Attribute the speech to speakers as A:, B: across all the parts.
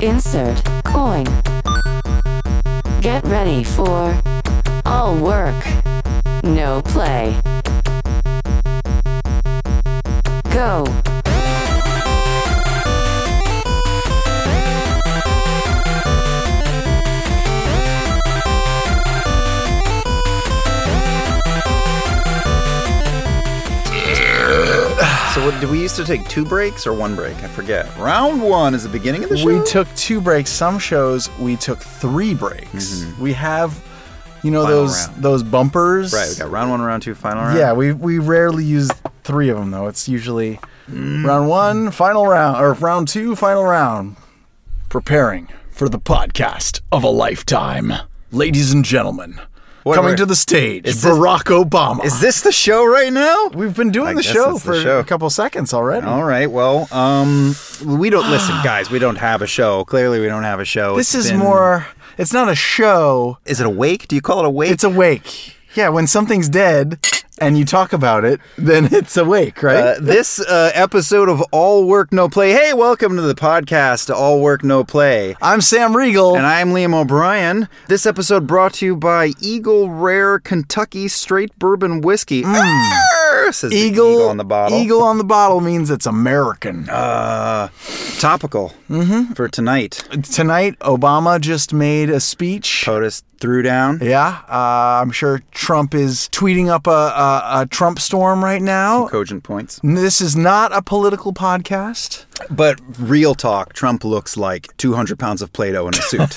A: Insert coin. Get ready for all work, no play. Go.
B: So, what, did we used to take two breaks or one break? I forget. Round one is the beginning of the show.
C: We took two breaks. Some shows we took three breaks. We have, you know,
B: Mm-hmm. Final
C: those
B: round.
C: those bumpers.
B: right. We got round one, round two, final round.
C: Yeah, we we rarely use three of them though. It's usually
B: Mm.
C: round one, final round, or round two, final round. Preparing for the podcast of a lifetime, ladies and gentlemen.
B: Wait,
C: coming
B: wait.
C: to the stage,
B: Is this-
C: Barack Obama.
B: Is this the show right now?
C: We've been doing
B: I
C: the
B: guess
C: show
B: it's
C: for
B: the show.
C: a couple seconds already.
B: All right. Well, um, we don't listen, guys. We don't have a show. Clearly, we don't have a show.
C: This
B: It's
C: is
B: been-
C: more. It's not a show.
B: Is it awake? Do you call it awake?
C: It's awake. Yeah, when something's dead and you talk about it, then it's awake, right?
B: Uh, this uh, episode of All Work No Play. Hey, welcome to the podcast, All Work No Play.
C: I'm Sam Regal.
B: And I'm Liam O'Brien. This episode brought to you by Eagle Rare Kentucky Straight Bourbon Whiskey. Arr, says the
C: Mm. eagle,
B: eagle on the bottle. Uh,
C: Eagle on the bottle means it's American.
B: Topical
C: Mm-hmm.
B: for tonight.
C: Uh, Tonight, Obama just made a speech.
B: POTUS threw down.
C: Yeah, uh, I'm sure Trump is tweeting up a, a, a Trump storm right now.
B: Cogent points.
C: This is not a political podcast.
B: But real talk, Trump looks like 200 pounds of Play-Doh in a suit.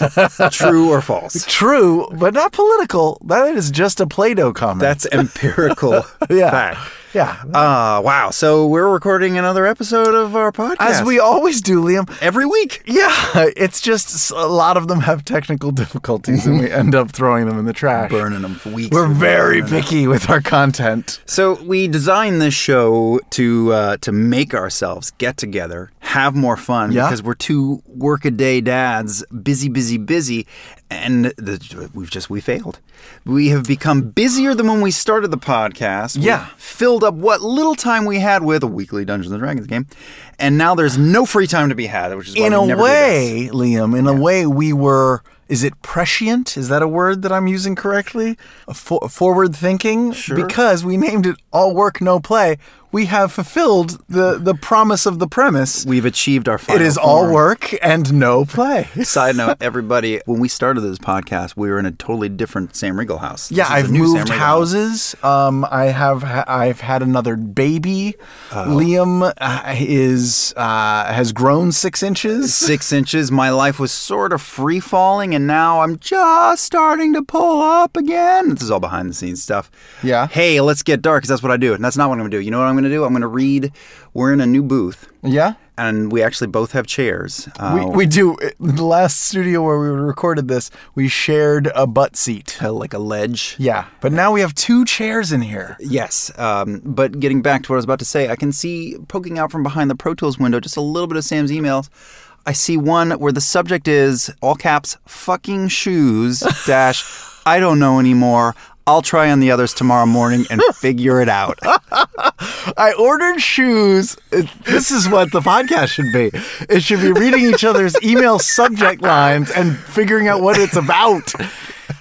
B: True or false?
C: True, but not political. That is just a Play-Doh comment.
B: That's empirical
C: Yeah.
B: fact.
C: yeah.
B: Ah, wow. So we're recording another episode of our podcast.
C: As we always do, Liam.
B: every week.
C: Yeah, it's just s- a lot of them have technical difficulties and we end up throwing them in the trash.
B: Burning them for weeks.
C: We're very picky with our content.
B: So we designed this show to uh, to make ourselves get together, have more fun
C: Yeah.
B: because we're two workaday dads, busy, busy, busy, and the, we've just we failed. We have become busier than when we started the podcast. We've
C: Yeah.
B: filled up what little time we had with a weekly Dungeons and Dragons game, and now there's no free time to be had, which is why
C: in
B: we
C: a
B: never do this.
C: way, Liam, in a way, we were. Is it prescient? Is that a word that I'm using correctly? A fo- forward thinking? Sure. Because we named it All Work, No Play. We have fulfilled the, the promise of the premise.
B: We've achieved our final
C: It is all
B: form.
C: work and no play.
B: Side note, everybody, when we started this podcast, we were in a totally different Sam Regal house.
C: Yeah,
B: This is
C: I've
B: the new Sam
C: moved
B: Riegel house.
C: houses. Um, I have ha- I've had another baby.
B: Oh.
C: Liam uh, is uh, has grown six inches.
B: six inches. My life was sort of free falling, and now I'm just starting to pull up again. This is all behind the scenes stuff.
C: Yeah.
B: Hey, let's get dark because that's what I do. And that's not what I'm going to do. You know what I'm going to do? I'm going to read. We're in a new booth,
C: Yeah.
B: and we actually both have chairs. Uh,
C: We, we do. The last studio where we recorded this, we shared a butt seat.
B: uh, like a ledge.
C: Yeah. But now we have two chairs in here.
B: Yes, um, but getting back to what I was about to say, I can see poking out from behind the Pro Tools window just a little bit of Sam's emails. I see one where the subject is all caps fucking shoes dash I don't know anymore. I'll try on the others tomorrow morning and figure it out.
C: I ordered shoes. It- This is what the podcast should be. It should be reading each other's email subject lines and figuring out what it's about.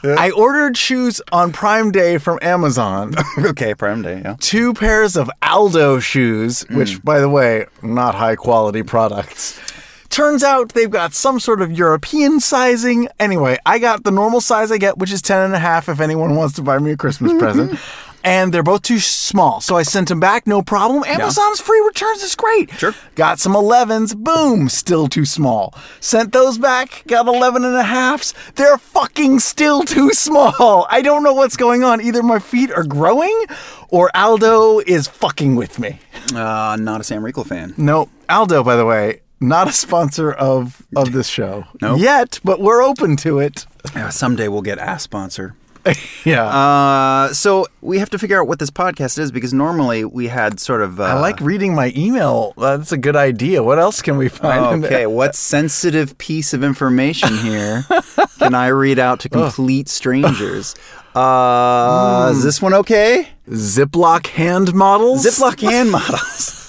C: I ordered shoes on Prime Day from Amazon.
B: okay, Prime Day. Yeah.
C: Two pairs of Aldo shoes, which, by the way, not high quality products. Turns out they've got some sort of European sizing. Anyway, I got the normal size I get, which is 10 and a half if anyone wants to buy me a Christmas present. And they're both too small. So I sent them back, no problem. Amazon's free returns is great.
B: Sure.
C: Got some 11s, boom, still too small. Sent those back, got 11 and a halfs. They're fucking still too small. I don't know what's going on. Either my feet are growing or Aldo is fucking with me.
B: Uh, not a Sam Riegel fan.
C: No, Aldo, by the way, not a sponsor of of this show
B: Nope.
C: yet, but we're open to it.
B: Uh, someday we'll get a sponsor.
C: Yeah.
B: Uh, so we have to figure out what this podcast is because normally we had sort of. Uh,
C: I like reading my email. That's a good idea. What else can we find? in there?
B: Oh, Okay, what sensitive piece of information here can I read out to complete strangers? Uh,
C: Hmm.
B: Is this one okay?
C: Ziploc hand models.
B: Ziploc hand models.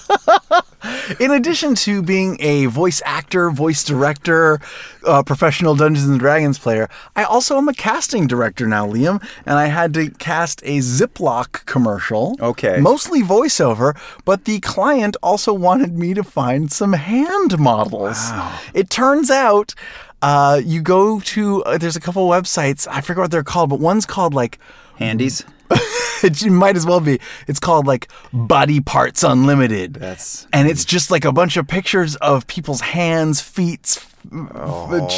C: In addition to being a voice actor, voice director, uh, professional Dungeons and Dragons player, I also am a casting director now, Liam, and I had to cast a Ziploc commercial.
B: Okay.
C: Mostly voiceover, but the client also wanted me to find some hand models. It turns out. Uh, you go to uh, there's a couple websites I forget what they're called, but one's called like
B: Handies.
C: it might as well be. It's called like Body Parts Unlimited.
B: That's-
C: and it's just like a bunch of pictures of people's hands, feet, uh,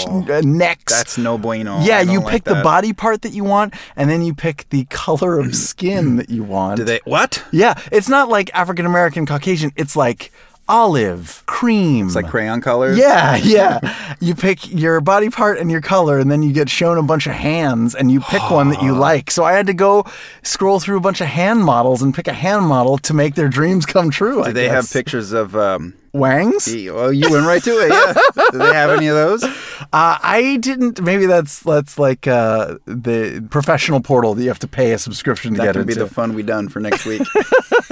C: necks.
B: Oh, That's no bueno.
C: yeah,
B: I don't
C: you
B: like
C: pick the
B: that.
C: body part that you want, and then you pick the color of skin that you want.
B: Do they what?
C: Yeah, it's not like African American Caucasian. It's like olive, cream.
B: It's like crayon colors.
C: Yeah, yeah. You pick your body part and your color, and then you get shown a bunch of hands, and you pick one that you like. So I had to go scroll through a bunch of hand models and pick a hand model to make their dreams come true.
B: Do they have pictures of um?
C: Wangs?
B: y- Well, you went right to it. Yeah. Do they have any of those?
C: Uh, I didn't. Maybe that's that's like uh, the professional portal that you have to pay a subscription to
B: That
C: get
B: could be
C: into.
B: the fun we done for next week.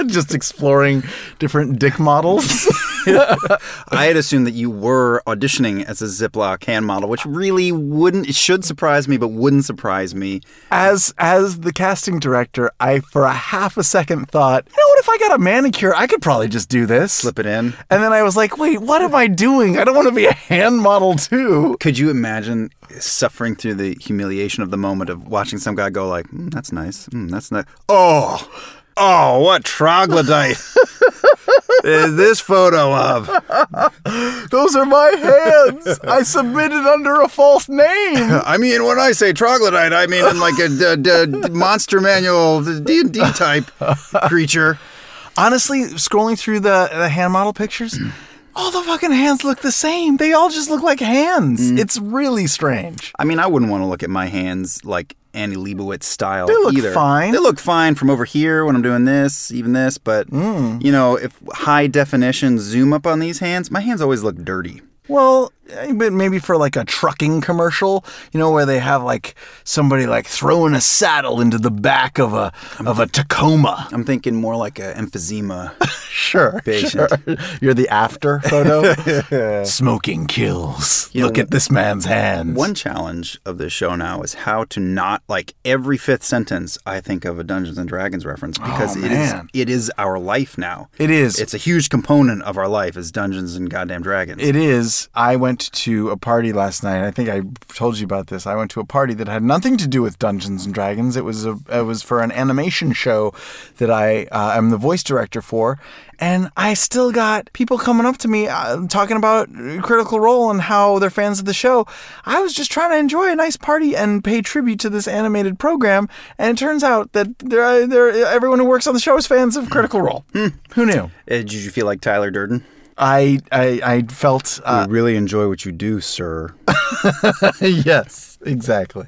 C: Just exploring different dick models.
B: I had assumed that you were auditioning as a Ziploc hand model, which really wouldn't, it should surprise me, but wouldn't surprise me.
C: as as the casting director, I for a half a second thought, you know what? If I got a manicure, I could probably just do this.
B: Slip it in.
C: And then I was like, wait, what am I doing? I don't want to be a hand model too.
B: Could you imagine suffering through the humiliation of the moment of watching some guy go like, mm, "That's nice, mm, that's nice." Oh, oh, what troglodyte is this photo of?
C: Those are my hands. I submitted under a false name.
B: I mean, when I say troglodyte, I mean in like a d- d- monster manual D and D type creature.
C: Honestly, scrolling through the, the hand model pictures, all the fucking hands look the same. They all just look like hands. It's really strange.
B: I mean, I wouldn't want to look at my hands like Annie Leibovitz style.
C: look
B: either.
C: fine.
B: They look fine from over here when I'm doing this, even this. But
C: Mm.
B: you know, if high definition zoom up on these hands, my hands always look dirty.
C: Well, eh, but maybe for like a trucking commercial, you know, where they have like somebody like throwing a saddle into the back of a of a Tacoma.
B: I'm thinking more like an emphysema.
C: Sure.
B: Patient.
C: sure. You're the after photo. Smoking kills. Look at this man's hands.
B: One challenge of this show now is how to not like every fifth sentence I think of a Dungeons and Dragons reference because it is
C: Oh, man.
B: it is our life now.
C: It is.
B: It's a huge component of our life is Dungeons and Goddamn Dragons.
C: It is. I went to a party last night. I think I told you about this. I went to a party that had nothing to do with Dungeons and Dragons. It was a, it was for an animation show that I uh, am the voice director for, and I still got people coming up to me uh, talking about Critical Role and how they're fans of the show. I was just trying to enjoy a nice party and pay tribute to this animated program, and it turns out that there, uh, there everyone who works on the show is fans of Critical Role. Who knew?
B: Uh, did you feel like Tyler Durden?
C: Hmm. I I, I felt uh,
B: I really enjoy what you do, sir.
C: yes, exactly.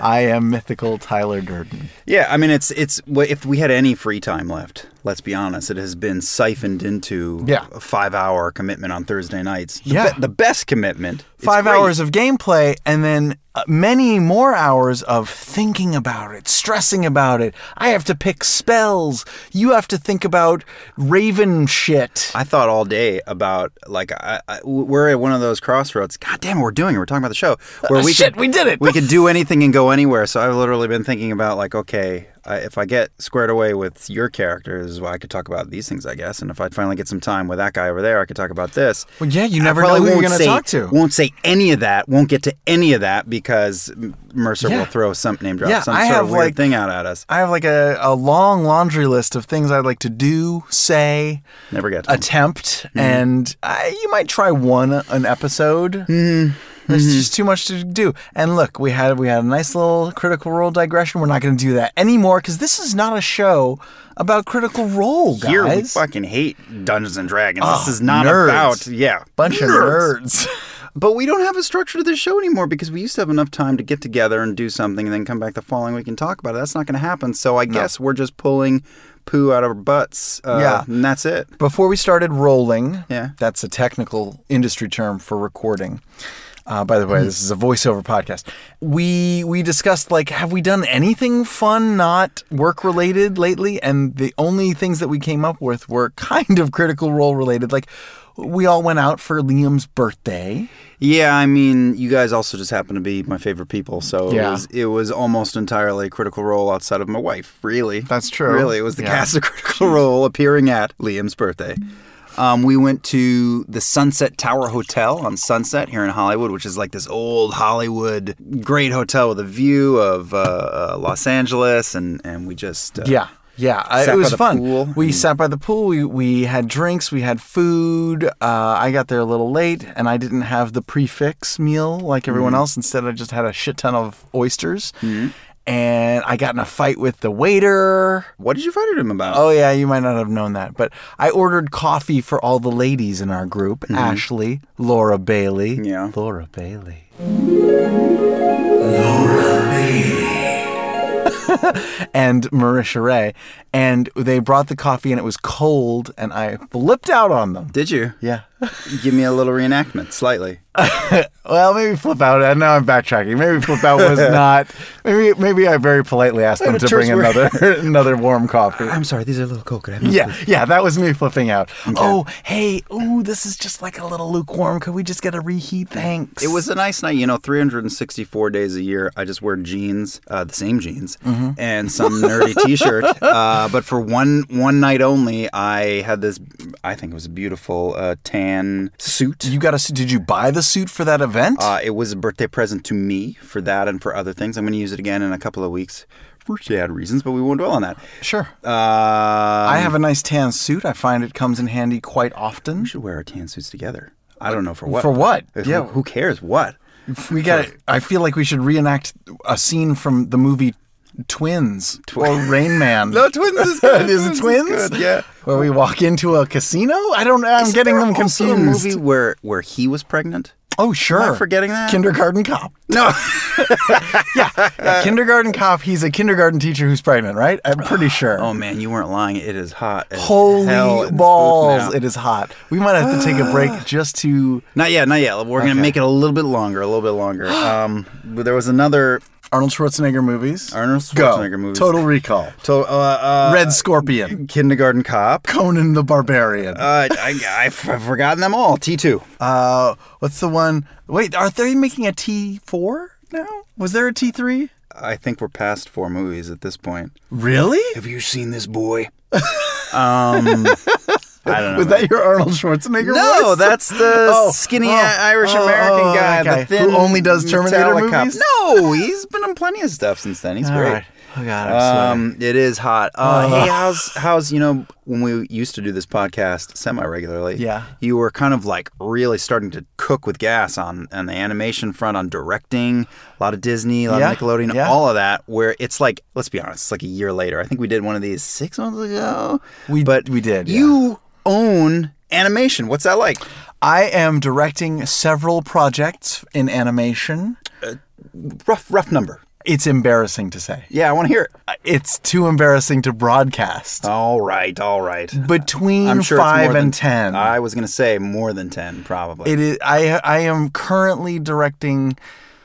C: I am mythical Tyler Durden.
B: yeah, I mean it's it's wh- if we had any free time left, let's be honest, it has been siphoned into
C: Yeah.
B: a 5-hour commitment on Thursday nights. The
C: Yeah.
B: be- the best commitment. It's
C: Five
B: great.
C: hours of gameplay, and then uh, many more hours of thinking about it, stressing about it. I have to pick spells. You have to think about raven shit.
B: I thought all day about like I, I, we're at one of those crossroads. God damn, it, we're doing it. We're talking about the show where we
C: Uh, shit,
B: could,
C: we did it.
B: We could do anything and go anywhere. So I've literally been thinking about like, okay, I, if I get squared away with your characters, well, I could talk about these things, I guess. And if I finally get some time with that guy over there, I could talk about this.
C: Well, yeah, you
B: I
C: never
B: probably
C: know who you're
B: won't
C: gonna
B: say-
C: talk to.
B: Won't say any of that. Won't get to any of that because M- Mercer
C: Yeah.
B: will throw some name drop,
C: Yeah,
B: some
C: I
B: sort
C: have,
B: of weird
C: like-
B: thing out at us.
C: I have like a, a long laundry list of things I'd like to do, say,
B: Never get to. them.
C: attempt,
B: Mm-hmm.
C: and I, you might try one an episode.
B: Mm-hmm.
C: There's just too much to do. And look, we had we had a nice little Critical Role digression. We're not going to do that anymore because this is not a show about Critical Role, guys. Ah,
B: Here we fucking hate Dungeons and Dragons. this is not
C: nerds.
B: about yeah,
C: bunch of nerds.
B: But we don't have a structure to this show anymore because we used to have enough time to get together and do something and then come back the following week and talk about it. That's not going to happen. So I guess we're just pulling poo out of our butts. Uh,
C: Yeah.
B: And that's it.
C: Before we started rolling,
B: Yeah.
C: that's a technical industry term for recording. Uh, by the way, this is a voiceover podcast. We we discussed like, have we done anything fun, not work related lately? And the only things that we came up with were kind of critical role related. Like, we all went out for Liam's birthday.
B: Yeah, I mean, you guys also just happen to be my favorite people, so it,
C: Yeah.
B: was, it was almost entirely Critical Role outside of my wife. Really,
C: That's true.
B: Really, it was the
C: Yeah.
B: cast of Critical Role appearing at Liam's birthday. Um, we went to the Sunset Tower Hotel on Sunset here in Hollywood, which is like this old Hollywood great hotel with a view of uh, uh, Los Angeles, and and we just uh,
C: Yeah, yeah, I-
B: Sat by
C: it was
B: the
C: fun.
B: pool Mm-hmm.
C: We
B: and-
C: sat by the pool. We we had drinks. We had food. Uh, I got there a little late, and I didn't have the prefix meal like everyone
B: Mm-hmm.
C: else. Instead, I just had a shit ton of oysters, and I got in a fight with the waiter.
B: What did you fight him about?
C: Oh yeah, you might not have known that, but I ordered coffee for all the ladies in our group: Ashley, Laura Bailey,
B: Yeah.
C: Laura Bailey. and Marisha Ray, and they brought the coffee and it was cold, and I flipped out on them.
B: Did you?
C: Yeah.
B: Give me a little reenactment, slightly.
C: Well, maybe flip out. And now I'm backtracking. Maybe flip out was not. Maybe maybe I very politely asked them
B: a
C: to
B: choice
C: bring
B: word.
C: another another warm coffee.
B: I'm sorry, these are a little cold. Could I have
C: Yeah, yeah, that was me flipping out. Oh, hey, ooh, this is just like a little lukewarm. Could we just get a reheat? Thanks.
B: It was a nice night, you know. 364 days a year, I just wear jeans, uh, the same jeans, and some nerdy T-shirt. Uh, but for one one night only, I had this. I think it was a beautiful uh, tan suit.
C: You got a? su- Did you buy the suit for that event?
B: Uh, it was a birthday present to me for that and for other things. I'm going to use it again in a couple of weeks for sad reasons, but we won't dwell on that.
C: sure.
B: Uh, Um,
C: I have a nice tan suit. I find it comes in handy quite often.
B: We should wear our tan suits together. I don't know for what.
C: For what?
B: yeah.
C: Yeah.
B: Who cares? What?
C: We got. I feel like we should reenact a scene from the movie Twins or Rain Man.
B: No, twins is good.
C: Is it
B: Twins
C: twins?
B: is good, yeah.
C: Where we walk into a casino? I don't know. I'm
B: Isn't
C: getting
B: there
C: them
B: also
C: confused.
B: A movie where where he was pregnant.
C: Oh, sure.
B: Am I forgetting that?
C: Kindergarten Cop.
B: No.
C: Yeah, kindergarten cop. He's a kindergarten teacher who's pregnant, right? I'm pretty sure.
B: oh man, you weren't lying. It is hot. as hell in
C: Holy
B: this booth now.
C: balls! It is hot. We might have to take a break just to.
B: Not yet. Not yet. We're gonna make it a little bit longer. A little bit longer. Um, but there was another
C: Arnold Schwarzenegger movies.
B: Arnold
C: Go.
B: Schwarzenegger movie.
C: Total Recall.
B: To, uh, uh,
C: Red Scorpion.
B: Kindergarten Cop.
C: Conan the Barbarian.
B: Uh,
C: Uh,
B: I, I've, I've forgotten them all. T two.
C: what's the one? Wait, are they making a T four now? Was there a T three?
B: I think we're past four movies at this point.
C: Really?
B: Have you seen this boy? um, I don't know.
C: Was that your Arnold Schwarzenegger?
B: No,
C: voice?
B: that's the
C: Oh,
B: skinny
C: oh,
B: Irish American
C: oh, oh,
B: guy,
C: that guy
B: the thin
C: who only does Terminator
B: Metallica cop.
C: movies?
B: No, he's been on plenty of stuff since then. He's
C: All
B: great.
C: right. Oh god, I'm sweating.
B: Um, it is hot. Uh, Hey, how's how's you know when we used to do this podcast semi regularly?
C: Yeah.
B: you were kind of like really starting to cook with gas on on the animation front, on directing a lot of Disney, a lot
C: Yeah,
B: of Nickelodeon,
C: yeah.
B: all of that. Where it's like, let's be honest, it's like a year later. I think we did one of these six months ago.
C: We-
B: but
C: we did, yeah.
B: You own animation. What's that like?
C: I am directing several projects in animation.
B: rough rough number.
C: It's embarrassing to say.
B: Yeah, I want to hear it.
C: It's too embarrassing to broadcast.
B: All right, all right.
C: Between
B: Uh, I'm sure it's
C: five
B: more
C: and
B: than,
C: ten,
B: I was gonna say more than ten, probably.
C: it is. I I am currently directing,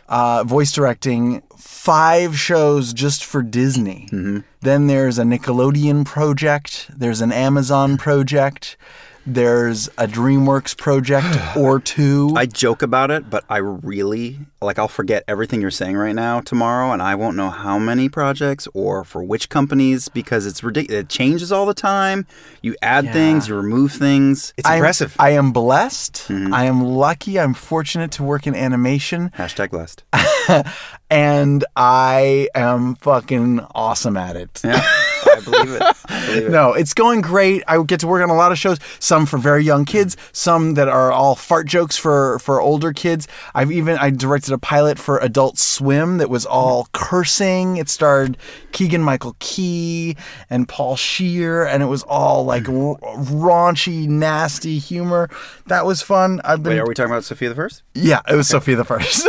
C: uh, voice directing five shows just for Disney.
B: Mm-hmm.
C: Then there's a Nickelodeon project. There's an Amazon project. There's a DreamWorks project or two.
B: I joke about it, but I really like. I'll forget everything you're saying right now tomorrow, and I won't know how many projects or for which companies because it's ridiculous. It changes all the time. You add things, you remove things. It's
C: I'm-
B: impressive.
C: I am blessed.
B: Mm-hmm.
C: I am lucky. I'm fortunate to work in animation,
B: Hashtag blessed.
C: and I am fucking awesome at it.
B: Yeah, I believe it. I believe it.
C: No, it's going great. I get to work on a lot of shows, some for very young kids, some that are all fart jokes for for older kids. I've even I directed a pilot for Adult Swim that was all cursing. It starred Keegan Michael Key and Paul Shear, and it was all like r- raunchy, nasty humor. That was fun. I've been
B: Wait, are we talking about Sophia the First?
C: yeah, it was Sophia the First.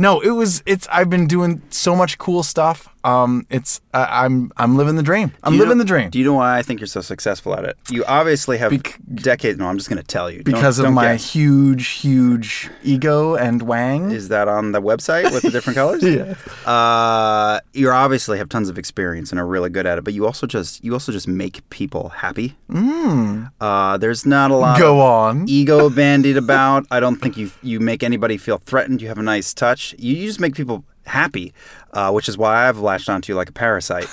C: no, it was it's I've been doing so much cool stuff. Um, it's I I'm I'm living the dream. I'm
B: You
C: living
B: know-
C: the dream
B: Do you know why I think you're so successful at it? You obviously have decades. No, I'm just going to tell you Don't-
C: because of
B: don't
C: my
B: guess.
C: huge huge ego and wang.
B: Is that on the website with the different colors?
C: Yeah.
B: Uh, you obviously have tons of experience and are really good at it, but you also just you also just make people happy. Mm. Uh, there's not a lot.
C: Go
B: of
C: on.
B: Ego bandied about. I don't think you you make anybody feel threatened. You have a nice touch. You, you just make people happy, uh, which is why I've latched onto you like a parasite.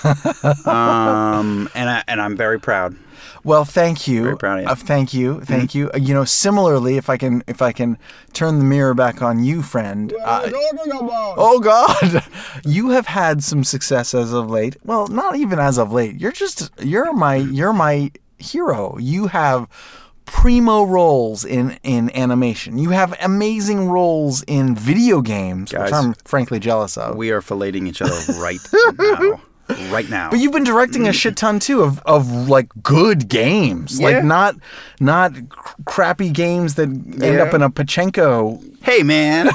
B: um, and I and I'm very proud.
C: Well, thank you.
B: Very proud of you. Mm-hmm.
C: Uh, thank you. Thank you. Uh, you know, similarly, if I can, if I can turn the mirror back on you, friend. uh, oh God, you have had some success as of late. Well, not even as of late. You're just, you're my, you're my hero. You have primo roles in in animation. You have amazing roles in video games,
B: Guys.
C: which I'm frankly jealous of.
B: We are filleting each other right now. Right now.
C: But you've been directing a shit ton too of, of like good games,
B: Yeah.
C: like not not cr- crappy games that end
B: Yeah.
C: up in a pachinko.
B: hey, man.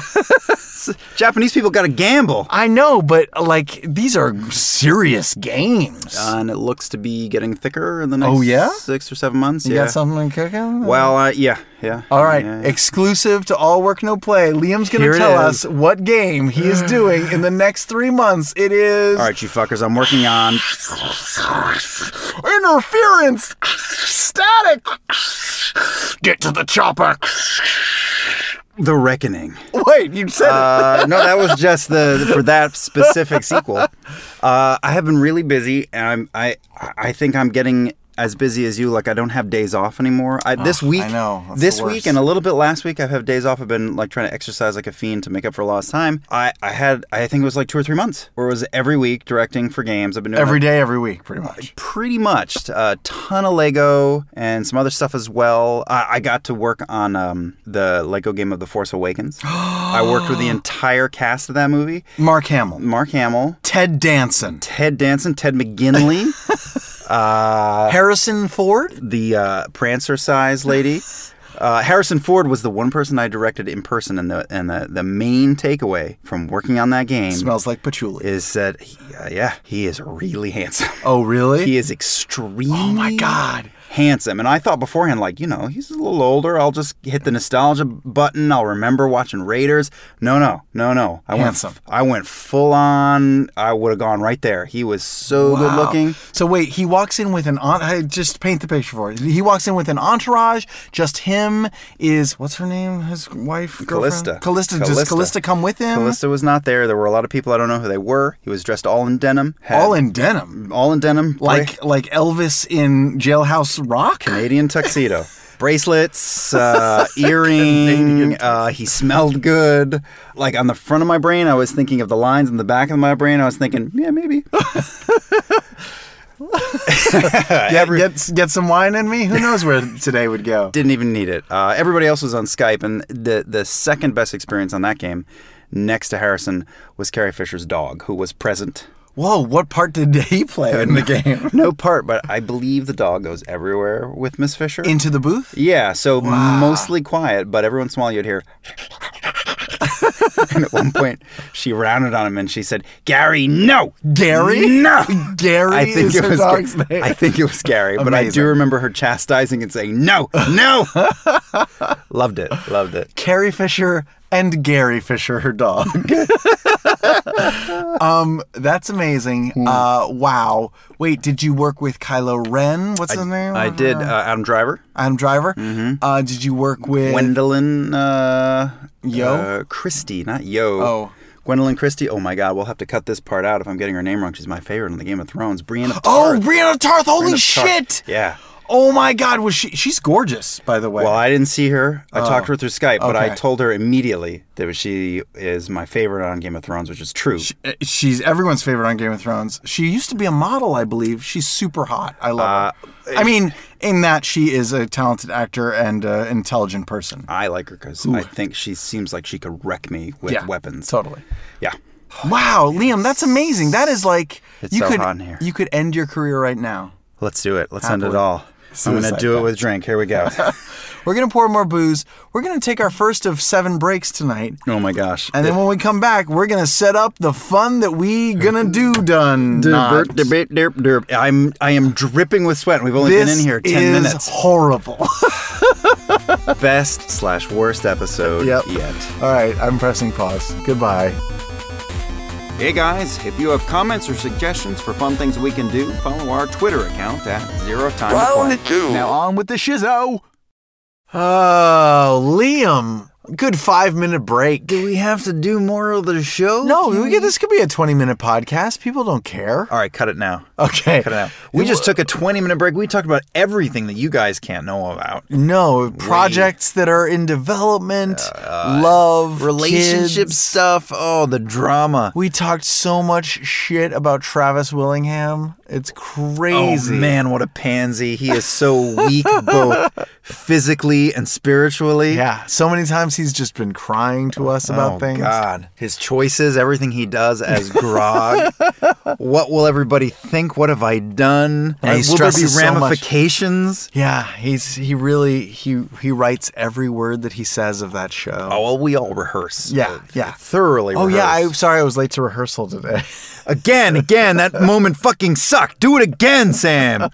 B: Japanese people got to gamble.
C: I know, but like these are serious games.
B: Uh, and it looks to be getting thicker in the next
C: Oh, yeah?
B: six or seven months.
C: you
B: yeah.
C: got something cooking?
B: well, uh, yeah, yeah.
C: all right,
B: yeah.
C: exclusive to all work no play. Liam's gonna
B: Here it
C: tell
B: is.
C: us what game he is doing in the next three months. It is
B: all right, you fuckers. I'm working on.
C: interference, static. Get to the chopper.
B: The Reckoning.
C: Wait, you said it.
B: Uh, no, that was just the for that specific sequel. Uh, I have been really busy, and I'm I I think I'm getting as busy as you. Like I don't have days off anymore. I, this week,
C: I know. That's the
B: this week
C: worst.
B: and a little bit last week, I've had days off. I've been like trying to exercise like a fiend to make up for lost time. I I had I think it was like two or three months, where it was every week directing for games. I've been doing
C: every
B: that
C: day, every week, pretty much.
B: pretty much a ton of Lego and some other stuff as well. I, I got to work on um, the Lego game of The Force Awakens. I worked with the entire cast of that movie:
C: Mark Hamill,
B: Mark Hamill,
C: Ted Danson,
B: Ted Danson, Ted McGinley, Uh,
C: Harrison Ford.
B: the uh, Prancer size lady. Uh, Harrison Ford was the one person I directed in person, and the and the, the main takeaway from working on that game
C: Smells like patchouli.
B: is that he, uh, yeah, he is really handsome.
C: oh, really?
B: He is extremely.
C: oh my God.
B: handsome. And I thought beforehand, like, you know, he's a little older. I'll just hit the nostalgia button. I'll remember watching Raiders. No, no, no, no. I
C: Handsome.
B: Went, I went full on. I would have gone right there. He was so good
C: Wow.
B: looking.
C: So wait, he walks in with an on. I just paint the picture for you. He walks in with an entourage. Just him is what's her name? His wife,
B: Callista.
C: girlfriend? Callista. Does
B: Callista.
C: Callista come with him?
B: Callista was not there. There were a lot of people. I don't know who they were. He was dressed all in denim. had-
C: All in denim,
B: all in denim. bra-
C: like like Elvis in Jailhouse Rock.
B: Canadian tuxedo. Bracelets, uh, earring. Uh, he smelled good. Like on the front of my brain, I was thinking of the lines. In the back of my brain, I was thinking, yeah, maybe.
C: Get, get get some wine in me. Who knows where today would go?
B: didn't even need it. Uh, everybody else was on Skype, and the the second best experience on that game, next to Harrison, was Carrie Fisher's dog, who was present.
C: Whoa, what part did he play in the game?
B: No part, but I believe the dog goes everywhere with Miss Fisher.
C: Into the booth.
B: yeah, so mostly quiet, but every once in a while you'd hear. and at one point, she rounded on him and she said, "Gary, no,
C: Gary?
B: no."
C: Gary
B: I think
C: is
B: it
C: her
B: was
C: dog's
B: Ga-
C: name.
B: I think it was Gary, but I
C: Amazing.
B: do remember her chastising and saying, "No, no." loved it, loved it.
C: Carrie Fisher and Gary Fisher, her dog. um, that's amazing.
B: Hmm.
C: Uh, wow. Wait, did you work with Kylo Ren? What's his name?
B: I did Mm-hmm. uh, Adam Driver,
C: Adam Driver. Uh, did you work with?
B: Gwendolyn uh,
C: Yo?
B: uh, Christie, not Yo.
C: Oh.
B: Gwendolyn Christie. Oh my God, we'll have to cut this part out if I'm getting her name wrong. She's my favorite in the Game of Thrones. Brienne of
C: oh,
B: Tarth.
C: Brianna Tarth. Holy
B: Brienne of Tarth.
C: shit.
B: Yeah.
C: Oh my God. Was she? She's gorgeous, by the way.
B: Well, I didn't see her. I talked to her through Skype, but I
C: Oh. okay.
B: told her immediately that she is my favorite on Game of Thrones, which is true.
C: Uh, She's everyone's favorite on Game of Thrones. She used to be a model, I believe. She's super hot. I love
B: Uh,
C: her. I mean, in that she is a talented actor and uh, intelligent person.
B: I like her because I think she seems like she could wreck me with weapons.
C: Totally.
B: Yeah.
C: Wow, Liam, that's amazing. That is like
B: It's
C: you
B: so
C: could
B: hot in here.
C: you could end your career right now.
B: Let's do it. Let's end it
C: Happily.
B: all. I'm going to
C: Suicide
B: do it
C: pact.
B: with drink. Here we go.
C: We're going to pour more booze. We're going to take our first of seven breaks tonight.
B: Oh my gosh.
C: And then when we come back, we're going to set up the fun that we going to do done.
B: Derp,
C: not.
B: derp, derp, derp. I'm I am dripping with sweat. We've only
C: This
B: been in here ten
C: is
B: minutes.
C: horrible.
B: Best slash worst episode
C: Yep.
B: yet.
C: All right, I'm pressing pause. Goodbye.
B: Hey guys, if you have comments or suggestions for fun things we can do, follow our Twitter account at Zero Time to Play. Now on with the shizzo.
C: Oh, Liam. Good five minute break.
B: Do we have to do more of the show?
C: No, we get this could be a 20 minute podcast. People don't care.
B: All right, cut it now.
C: Okay.
B: Cut it out. We just took a 20 minute break. We talked about everything that you guys can't know about.
C: No, projects that are in development,
B: Uh,
C: love,
B: Relationship
C: kids.
B: stuff. Oh, the drama.
C: We talked so much shit about Travis Willingham. It's crazy.
B: Oh man, what a pansy. He is so weak both physically and spiritually.
C: Yeah, so many times he's just been crying to us about
B: oh,
C: things.
B: God. His choices, everything he does as Grog. what will everybody think? What have I done?
C: And he
B: will there be
C: stresses so much.
B: ramifications?
C: Yeah, he's he really he he writes every word that he says of that show.
B: Oh, well, we all rehearse.
C: Yeah,
B: uh,
C: yeah.
B: Thoroughly
C: Oh yeah, I'm
B: rehearse.
C: sorry I was late to rehearsal today.
B: Again, again, that moment fucking sucked. Do it again, Sam.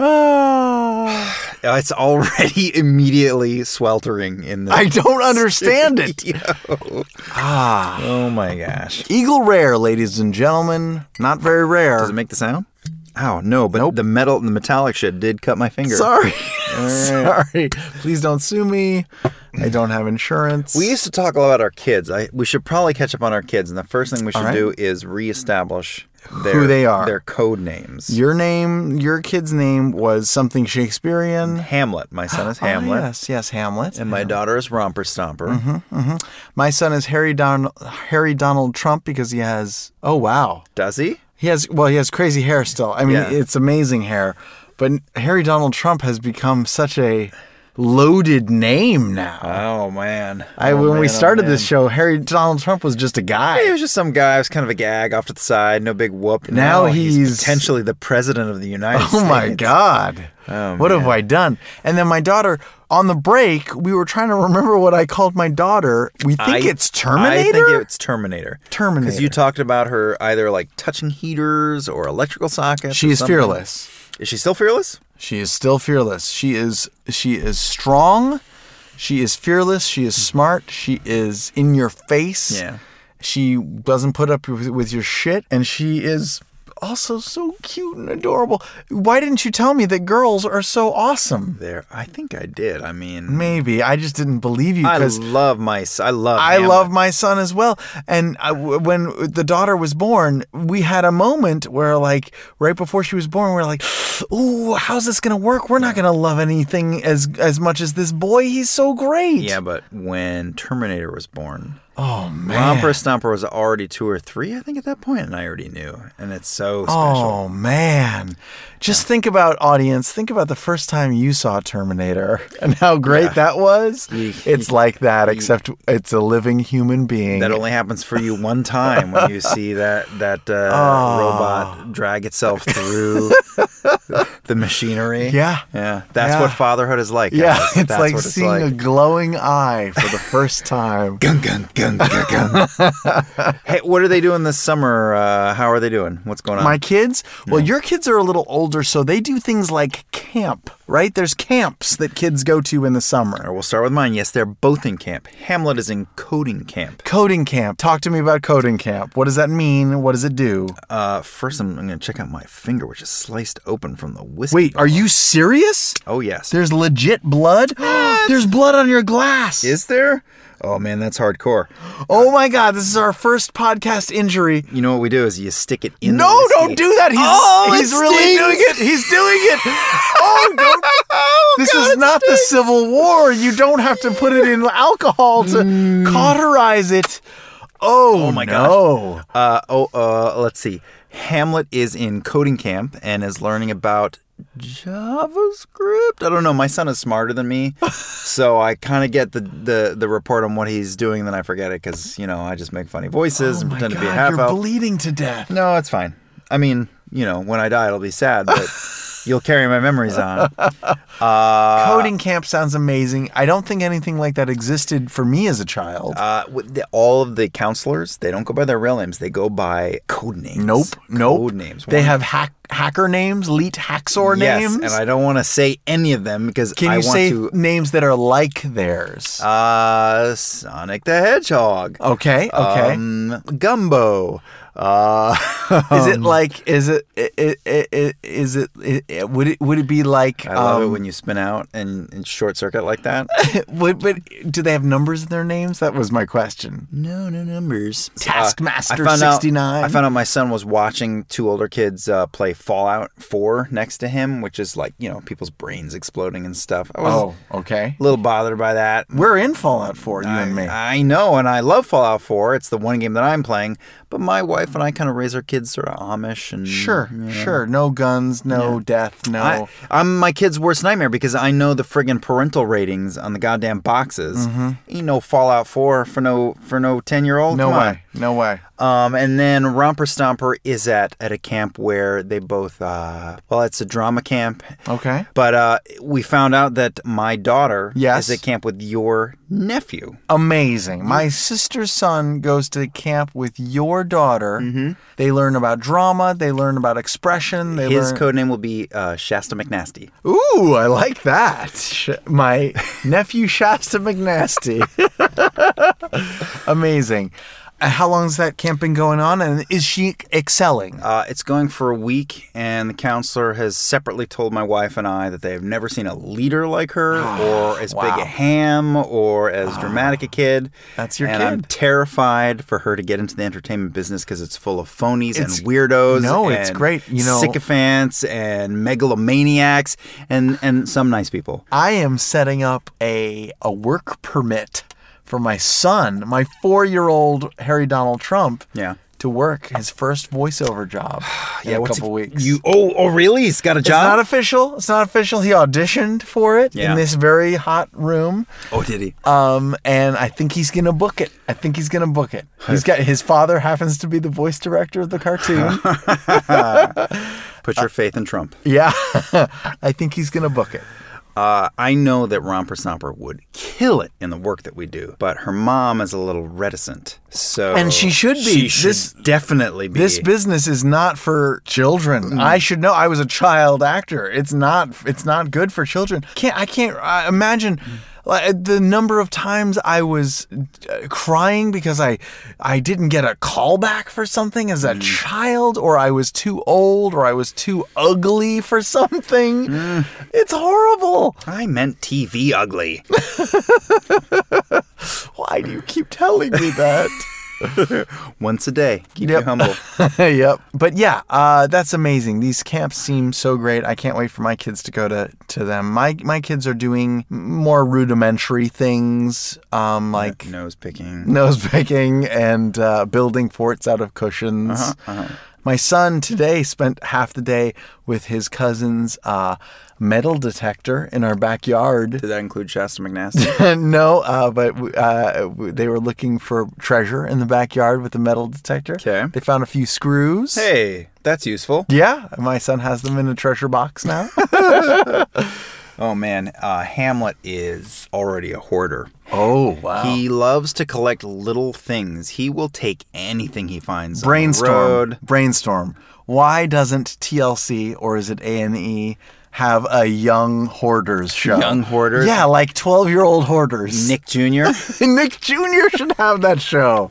C: I
B: Uh, It's already immediately sweltering in the.
C: don't understand it.
B: Yo.
C: Ah,
B: Oh my gosh.
C: Eagle Rare, ladies and gentlemen, not very
B: Does
C: rare.
B: it make the sound? Oh no, but the metal the metallic shit did cut my finger.
C: Sorry. Sorry. Please don't sue me. I don't have insurance.
B: We used to talk a lot about our kids. I we should probably catch up on our kids, and the first thing we should
C: right.
B: do is reestablish their,
C: they are.
B: their code names.
C: your name, your kid's name was something Shakespearean.
B: Hamlet. My son is
C: Ah,
B: Hamlet,
C: yes, yes, Hamlet.
B: and my daughter is Romper Stomper.
C: My son is Harry Don Harry Donald Trump because he has oh wow.
B: Does he?
C: He has well, he has crazy hair still. I mean,
B: Yeah.
C: it's amazing hair. But Harry Donald Trump has become such a loaded name now.
B: Oh man!
C: I
B: Oh,
C: when we
B: man, oh,
C: started this
B: man.
C: show, Harry Donald Trump was just a
B: He
C: guy.
B: was just some guy. It was kind of a gag off to the side. No big whoop.
C: Now he's-
B: potentially the president of the United States.
C: Oh my god.
B: Oh,
C: what have
B: man.
C: I done? And then my daughter on the break, we were trying to remember what I called my daughter. We think
B: I-
C: it's Terminator.
B: I think it's Terminator. Because
C: Terminator.
B: you talked about her either like touching heaters or electrical sockets.
C: she
B: or
C: is
B: something.
C: fearless.
B: Is she still fearless?
C: She is still fearless. She is she is strong. She is fearless. She is smart. She is in your face.
B: Yeah.
C: She doesn't put up with, with your shit, and she is also so cute and adorable. Why didn't you tell me that girls are so awesome?
B: There, I think I did. I mean,
C: Maybe I just didn't believe you
B: I
C: because
B: love my. s- I love.
C: I
B: Hamlet.
C: love my son as well. And I, w- when the daughter was born, we had a moment where, like, right before she was born, we are like, "Ooh, how's this gonna work? We're not gonna love anything as as much as this boy. He's so great."
B: Yeah, but when Terminator was born,
C: Oh man.
B: Romper Stomper was already two or three, I think, at that point, and I already knew. And it's so special.
C: Oh man. Just think about audience. Think about the first time you saw Terminator and how great that was. It's like that, except it's a living human being.
B: That only happens for you one time when you see that that uh, robot drag itself through the machinery.
C: Yeah.
B: yeah. That's
C: Yeah.
B: what fatherhood is like.
C: yeah,
B: guys.
C: it's
B: That's
C: like
B: what it's
C: seeing a
B: like.
C: glowing eye for the first time.
B: Gun, gun, gun, gun, gun. hey, what are they doing this summer? Uh, how are they doing? What's going on?
C: My kids, well, your kids are a little older, so they do things like camp, right? There's camps that kids go to in the
B: Or
C: summer.
B: we'll start with mine. Yes, they're both in camp. Hamlet is in coding camp.
C: Coding camp. Talk to me about coding camp. What does that mean? What does it do?
B: Uh, first, I'm, I'm going to check out my finger, which is sliced open from the whiskey.
C: Wait, are you serious?
B: Oh, yes.
C: There's legit blood? There's blood on your glass.
B: Is there? Oh, man, that's hardcore.
C: oh my God, this is our first podcast injury.
B: You know what we do is you stick it in
C: No,
B: the
C: don't do that. He's,
B: Oh, it
C: he's really
B: stings.
C: doing it. He's doing it. Oh, don't. This is not the Civil War. You don't have to put it in alcohol to cauterize it. Mm. Oh,
B: my
C: no.
B: Uh, oh, uh, let's see. Hamlet is in coding camp and is learning about JavaScript. I don't know. My son is smarter than me, so I kind of get the, the the report on what he's doing, then I forget it because you know I just make funny voices
C: Oh
B: and
C: my
B: pretend
C: God,
B: to be a half
C: you're
B: elf.
C: bleeding to death.
B: No, it's fine. I mean, you know, when I die, it'll be sad, but You'll carry my memories on.
C: Coding camp sounds amazing. I don't think anything like that existed for me as a child.
B: Uh, with the, all of the counselors, they don't go by their real names. They go by code names.
C: nope, nope.
B: Code names.
C: They
B: One-
C: have hack, hacker names, leet hacksaw
B: yes,
C: names.
B: and I don't want to say any of them because
C: Can
B: I
C: you
B: want
C: say
B: to.
C: names that are like theirs?
B: Uh, Sonic the Hedgehog.
C: okay, okay.
B: Um, Gumbo. Uh,
C: is it like? Is it? i- i- i- i- Is it? i- i- Would it? Would it be like?
B: I love it
C: um,
B: when you spin out and, and short circuit like that.
C: Would, but do they have numbers in their names? That was my question.
B: No, no numbers.
C: Taskmaster
B: I found out-
C: 69.
B: I found out my son was watching two older kids uh, play Fallout 4 next to him, which is like, you know, people's brains exploding and stuff. I was
C: Oh, okay.
B: a little bothered by that.
C: We're in Fallout 4, you and me.
B: I know, and I love Fallout 4. It's the one game that I'm playing. But my wife and I kind of raise our kids sort of Amish and
C: sure, sure. No guns, no death, no.
B: I, I'm my kid's worst nightmare because I know the friggin' parental ratings on the goddamn boxes. Ain't no Fallout 4 for no for no 10 year old.
C: Mm-hmm. no way. No way.
B: Um, and then Romper Stomper is at at a camp where they both uh, well, it's a drama camp.
C: Okay.
B: But uh, we found out that my daughter
C: Yes.
B: is at camp with your nephew.
C: Amazing.
B: Mm-hmm.
C: My sister's son goes to camp with your daughter.
B: Mm-hmm.
C: They learn about drama, they learn about expression, they
B: His
C: learn
B: code name will be uh, Shasta McNasty.
C: Ooh, I like that. Sh- My nephew Shasta McNasty. Amazing. Uh, How long has that camp been going on and is she excelling?
B: Uh, it's going for a week, and the counselor has separately told my wife and I that they have never seen a leader like her, or as
C: Wow. Ah,
B: big a ham, or as dramatic a kid.
C: That's your
B: and I'm
C: kid.
B: terrified for her to get into the entertainment business because it's full of phonies
C: It's-
B: and weirdos.
C: No, it's
B: and
C: great, you know-
B: sycophants and megalomaniacs, and and some nice people.
C: I am setting up a a work permit for my son, my 4-year-old Harry Donald Trump.
B: Yeah.
C: To work his first voiceover job in a
B: what's
C: couple weeks.
B: You oh oh really? He's got a
C: It's
B: job.
C: not official. It's not official. He auditioned for it
B: Yeah.
C: in this very hot room.
B: oh, did he?
C: Um, and I think he's gonna book it. I think he's gonna book it. He's got his father happens to be the voice director of the cartoon.
B: Put your
C: uh,
B: faith in Trump.
C: yeah, I think he's gonna book it.
B: Uh, I know that Romper Stomper would kill it in the work that we do, but her mom is a little reticent. So
C: And she should be.
B: She should
C: This-
B: definitely be.
C: This business is not for children. I should know. I was a child actor. It's not. It's not good for children. Can't. I can't uh, imagine. Like, uh, the number of times I was uh, crying because I, I didn't get a callback for something as a child, or I was too old, or I was too ugly for something. It's horrible.
B: I meant TV ugly.
C: Why do you keep telling me that?
B: Once a day. Keep
C: Yep.
B: you humble.
C: yep. But yeah, uh, that's amazing. These camps seem so great. I can't wait for my kids to go to, to them. My my kids are doing more rudimentary things, um, like
B: Nose picking.
C: nose picking and uh, building forts out of cushions.
B: Uh-huh,
C: My son today spent half the day with his cousin's uh, metal detector in our backyard.
B: Did that include Shasta McNasty?
C: no, uh, but w- uh, w- they were looking for treasure in the backyard with the metal detector.
B: 'Kay.
C: They found a few screws.
B: hey, that's useful.
C: Yeah, my son has them in a treasure box now.
B: Oh man, uh, Hamlet is already a hoarder.
C: oh wow!
B: He loves to collect little things. He will take anything he finds.
C: brainstorm,
B: On the road.
C: brainstorm. Why doesn't TLC or is it A and E have a young hoarders show?
B: Young hoarders?
C: Yeah, like twelve-year-old hoarders.
B: Nick Jr.
C: Nick Jr. should have that show.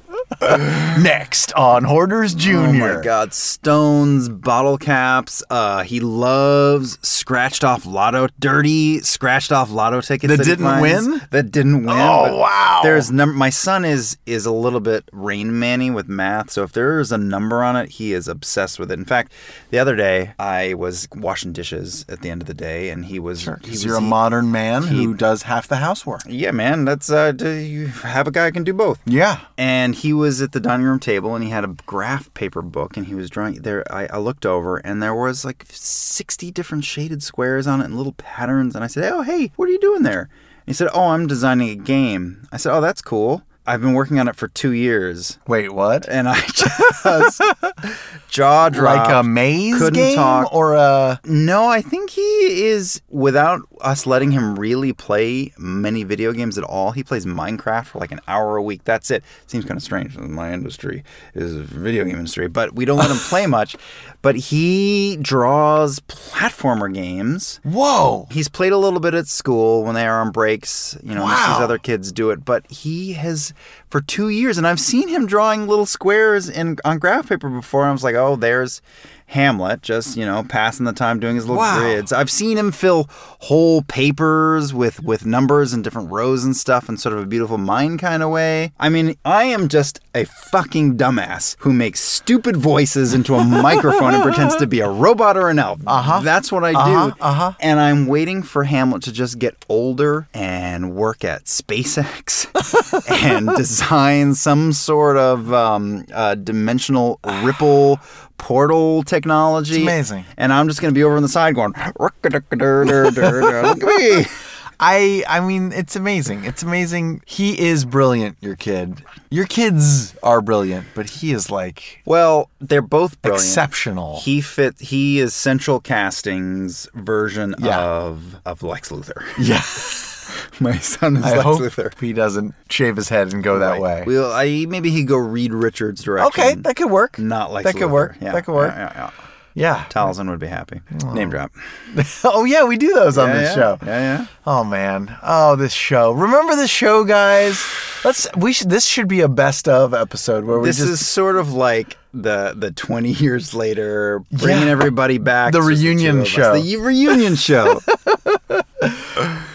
C: Next on Hoarders Jr.
B: Oh my god, stones, bottle caps. Uh, he loves scratched off lotto, dirty scratched off lotto tickets
C: That
B: he
C: didn't
B: finds.
C: win?
B: That didn't win.
C: Oh,
B: but
C: wow.
B: There's num- my son is is a little bit rain manny with math, so if there is a number on it, he is obsessed with it. In fact, the other day I was washing dishes at the end of the day, and he was he was
C: Because you're a modern man who does half the housework.
B: yeah, man, that's uh, d- you have a guy who can do both
C: Yeah.
B: and he was at the dining room table and he had a graph paper book and he was drawing there I, I looked over and there was like 60 different shaded squares on it and little patterns and i said oh hey what are you doing there and he said oh i'm designing a game i said oh that's cool I've been working on it for two years,
C: Wait, what?
B: and I just jaw dropped.
C: Like a maze
B: couldn't
C: game
B: talk.
C: or a
B: No, I think he is without us letting him really play many video games at all. He plays Minecraft for like an hour a week. That's it. Seems kind of strange. My industry is the video game industry, but we don't let him play much. But he draws platformer games.
C: whoa.
B: He's played a little bit at school when they are on breaks, you know, and he sees
C: Wow.
B: other kids do it. But he has for two years, and I've seen him drawing little squares in on graph paper before. And I was like, oh, there's Hamlet, just you know, passing the time doing his little
C: Wow.
B: grids. I've seen him fill whole papers with with numbers and different rows and stuff in sort of a beautiful mind kind of way. I mean, I am just a fucking dumbass who makes stupid voices into a microphone and pretends to be a robot or an elf. Uh huh. That's what I
C: Uh-huh,
B: do.
C: uh-huh.
B: And I'm waiting for Hamlet to just get older and work at SpaceX and design some sort of um, uh, dimensional ripple portal technology.
C: It's amazing.
B: And I'm just going to be over on the side going, "Ruck-a-duck-a-dur-dur-dur-dur, look at me.
C: I I mean it's amazing. It's amazing. He is brilliant, your kid. Your kids are brilliant, but he is like
B: Well, they're both brilliant.
C: exceptional.
B: He fit. He is Central Casting's version
C: Yeah.
B: of of Lex Luthor.
C: yeah.
B: My son is
C: I
B: Lex
C: hope
B: Luthor.
C: he doesn't shave his head and go
B: Right.
C: that way.
B: Well, I maybe he go Reed Richards direction.
C: Okay, that could work.
B: Not like
C: That could work.
B: Yeah.
C: That could work.
B: Yeah, yeah, yeah.
C: Yeah.
B: Taliesin would be happy. Name drop
C: oh yeah, we do those on
B: yeah,
C: this
B: yeah.
C: show.
B: Yeah, yeah.
C: Oh man. Oh, this show. Remember this show, guys? Let's we should this should be a best of episode where we
B: This
C: just
B: is sort of like the the twenty years later, bringing
C: Yeah.
B: everybody back.
C: The
B: it's just
C: reunion
B: two of us.
C: show.
B: The u- reunion show.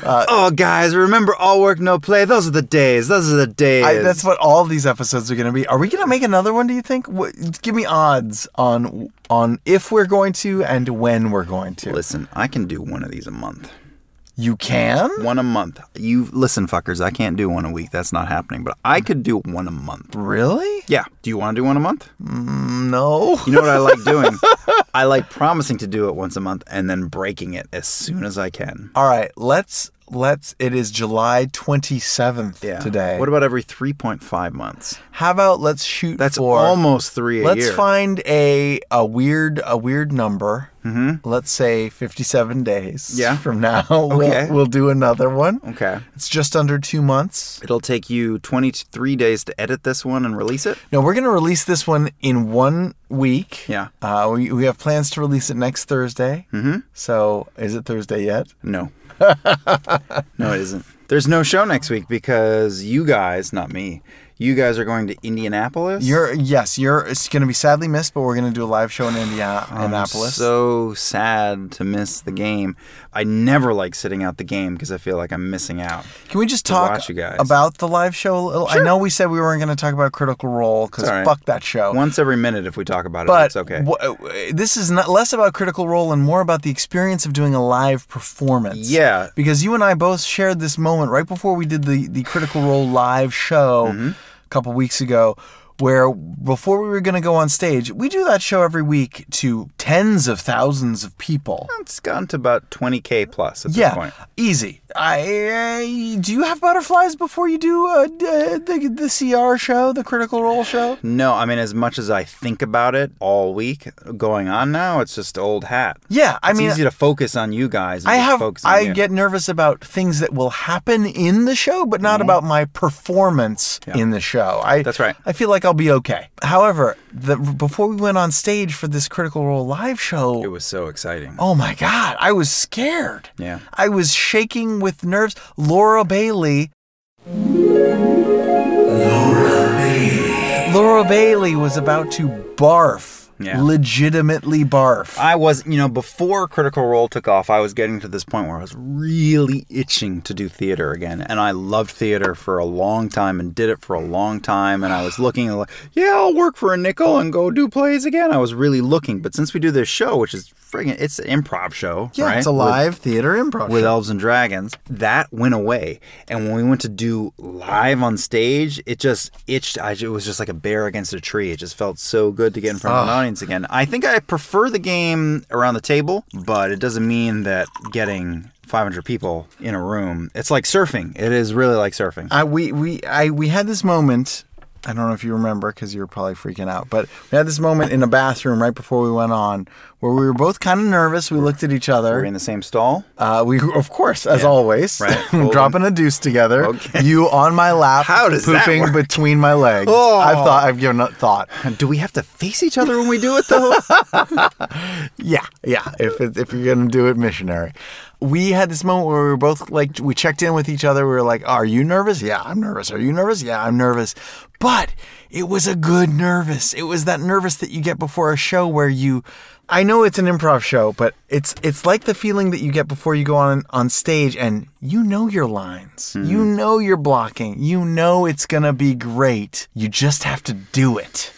B: oh, guys! Remember, all work, no play. Those are the days. Those are the days.
C: I, that's what all these episodes are going to be. Are we going to make another one? Do you think? What, give me odds on on if we're going to and when we're going to.
B: Listen, I can do one of these a month.
C: You can.
B: One a month. You listen, fuckers. I can't do one a week. That's not happening. But I could do one a month.
C: Really?
B: Yeah. Do you want to do one a month?
C: No.
B: You know what I like doing? I like promising to do it once a month and then breaking it as soon as I can.
C: All right. Let's let's. It is July twenty seventh
B: Yeah.
C: today.
B: What about every 3.5 months?
C: How about let's shoot
B: That's
C: for
B: almost three a
C: Let's
B: year.
C: find a a weird a weird number. Mm-hmm. Let's say fifty seven days.
B: Yeah.
C: From now, we'll-
B: Okay.
C: we'll, do another one.
B: Okay.
C: It's just under two months.
B: It'll take you 23 days to edit this one and release it.
C: No, we're going to release this one in one week.
B: Yeah.
C: Uh, we, we have plans to release it next Thursday. Mm-hmm. So is it Thursday yet?
B: No. no, it isn't. There's no show next week because you guys, not me, you guys are going to Indianapolis.
C: You're yes, you're. It's going to be sadly missed, but we're going to do a live show in Indiana, Indianapolis.
B: So sad to miss the game. I never like sitting out the game because I feel like I'm missing out.
C: Can we just talk
B: watch you guys.
C: about the live show a little? I know we said we weren't going to talk about Critical Role because
B: It's all right.
C: fuck that show.
B: Once every minute, if we talk about it,
C: Oh. but
B: it's okay.
C: wh- this is not less about Critical Role and more about the experience of doing a live performance.
B: Yeah.
C: because you and I both shared this moment right before we did the the Critical Role live show
B: Mm-hmm.
C: a couple weeks ago where before we were going to go on stage, we do that show every week to tens of thousands of people.
B: It's gotten to about 20K plus at this
C: Yeah,
B: point.
C: easy. I, I do you have butterflies before you do uh, d- uh, the the CR show, the Critical Role show?
B: No, I mean, as much as I think about it all week going on now, it's just old hat.
C: Yeah, I
B: It's
C: mean,
B: easy to focus on you guys. And
C: I
B: just
C: have
B: Focus on
C: I
B: you.
C: get nervous about things that will happen in the show, but not about my performance in the show. I
B: Mm-hmm. That's right.
C: I feel like I'll be okay. However, the before we went on stage for this Critical Role live show,
B: It was so exciting.
C: oh my god, I was scared.
B: Yeah.
C: I was shaking with nerves. Laura Bailey. Laura Bailey. Laura Bailey was about to barf.
B: Yeah.
C: Legitimately barf.
B: I was, you know, before Critical Role took off, I was getting to this point where I was really itching to do theater again. And I loved theater for a long time and did it for a long time. And I was looking like, yeah, I'll work for a nickel and go do plays again. I was really looking. But since we do this show, which is friggin' it's an improv show,
C: Yeah,
B: right?
C: it's a
B: With-
C: live theater improv
B: with
C: show.
B: Elves and Dragons, that went away. And when we went to do live on stage, it just itched. I, it was just like a bear against a tree. It just felt so good to get in front of an audience again. I think I prefer the game around the table, but it doesn't mean that getting 500 people in a room, it's like surfing. It is really like surfing.
C: I we we I we had this moment. I don't know if you remember because you were probably freaking out, but we had this moment in a bathroom right before we went on where we were both kind of nervous. We looked at each
B: We're
C: other.
B: in the same stall.
C: Uh, we, of course, as always,
B: right. Well,
C: dropping a deuce together.
B: Okay.
C: You on my lap,
B: How does that
C: pooping
B: work?
C: between my legs.
B: Oh.
C: I've thought. I've given it thought.
B: Do we have to face each other when we do it though?
C: Yeah, yeah. If it, if you're gonna do it, missionary. We had this moment where we were both like, we checked in with each other. We were like, "Are you nervous? Yeah, I'm nervous. Are you nervous? Yeah, I'm nervous." But it was a good nervous. It was that nervous that you get before a show where you, I know it's an improv show, but it's it's like the feeling that you get before you go on on stage and you know your lines,
B: Hmm.
C: you know your blocking, you know it's gonna be great. You just have to do it.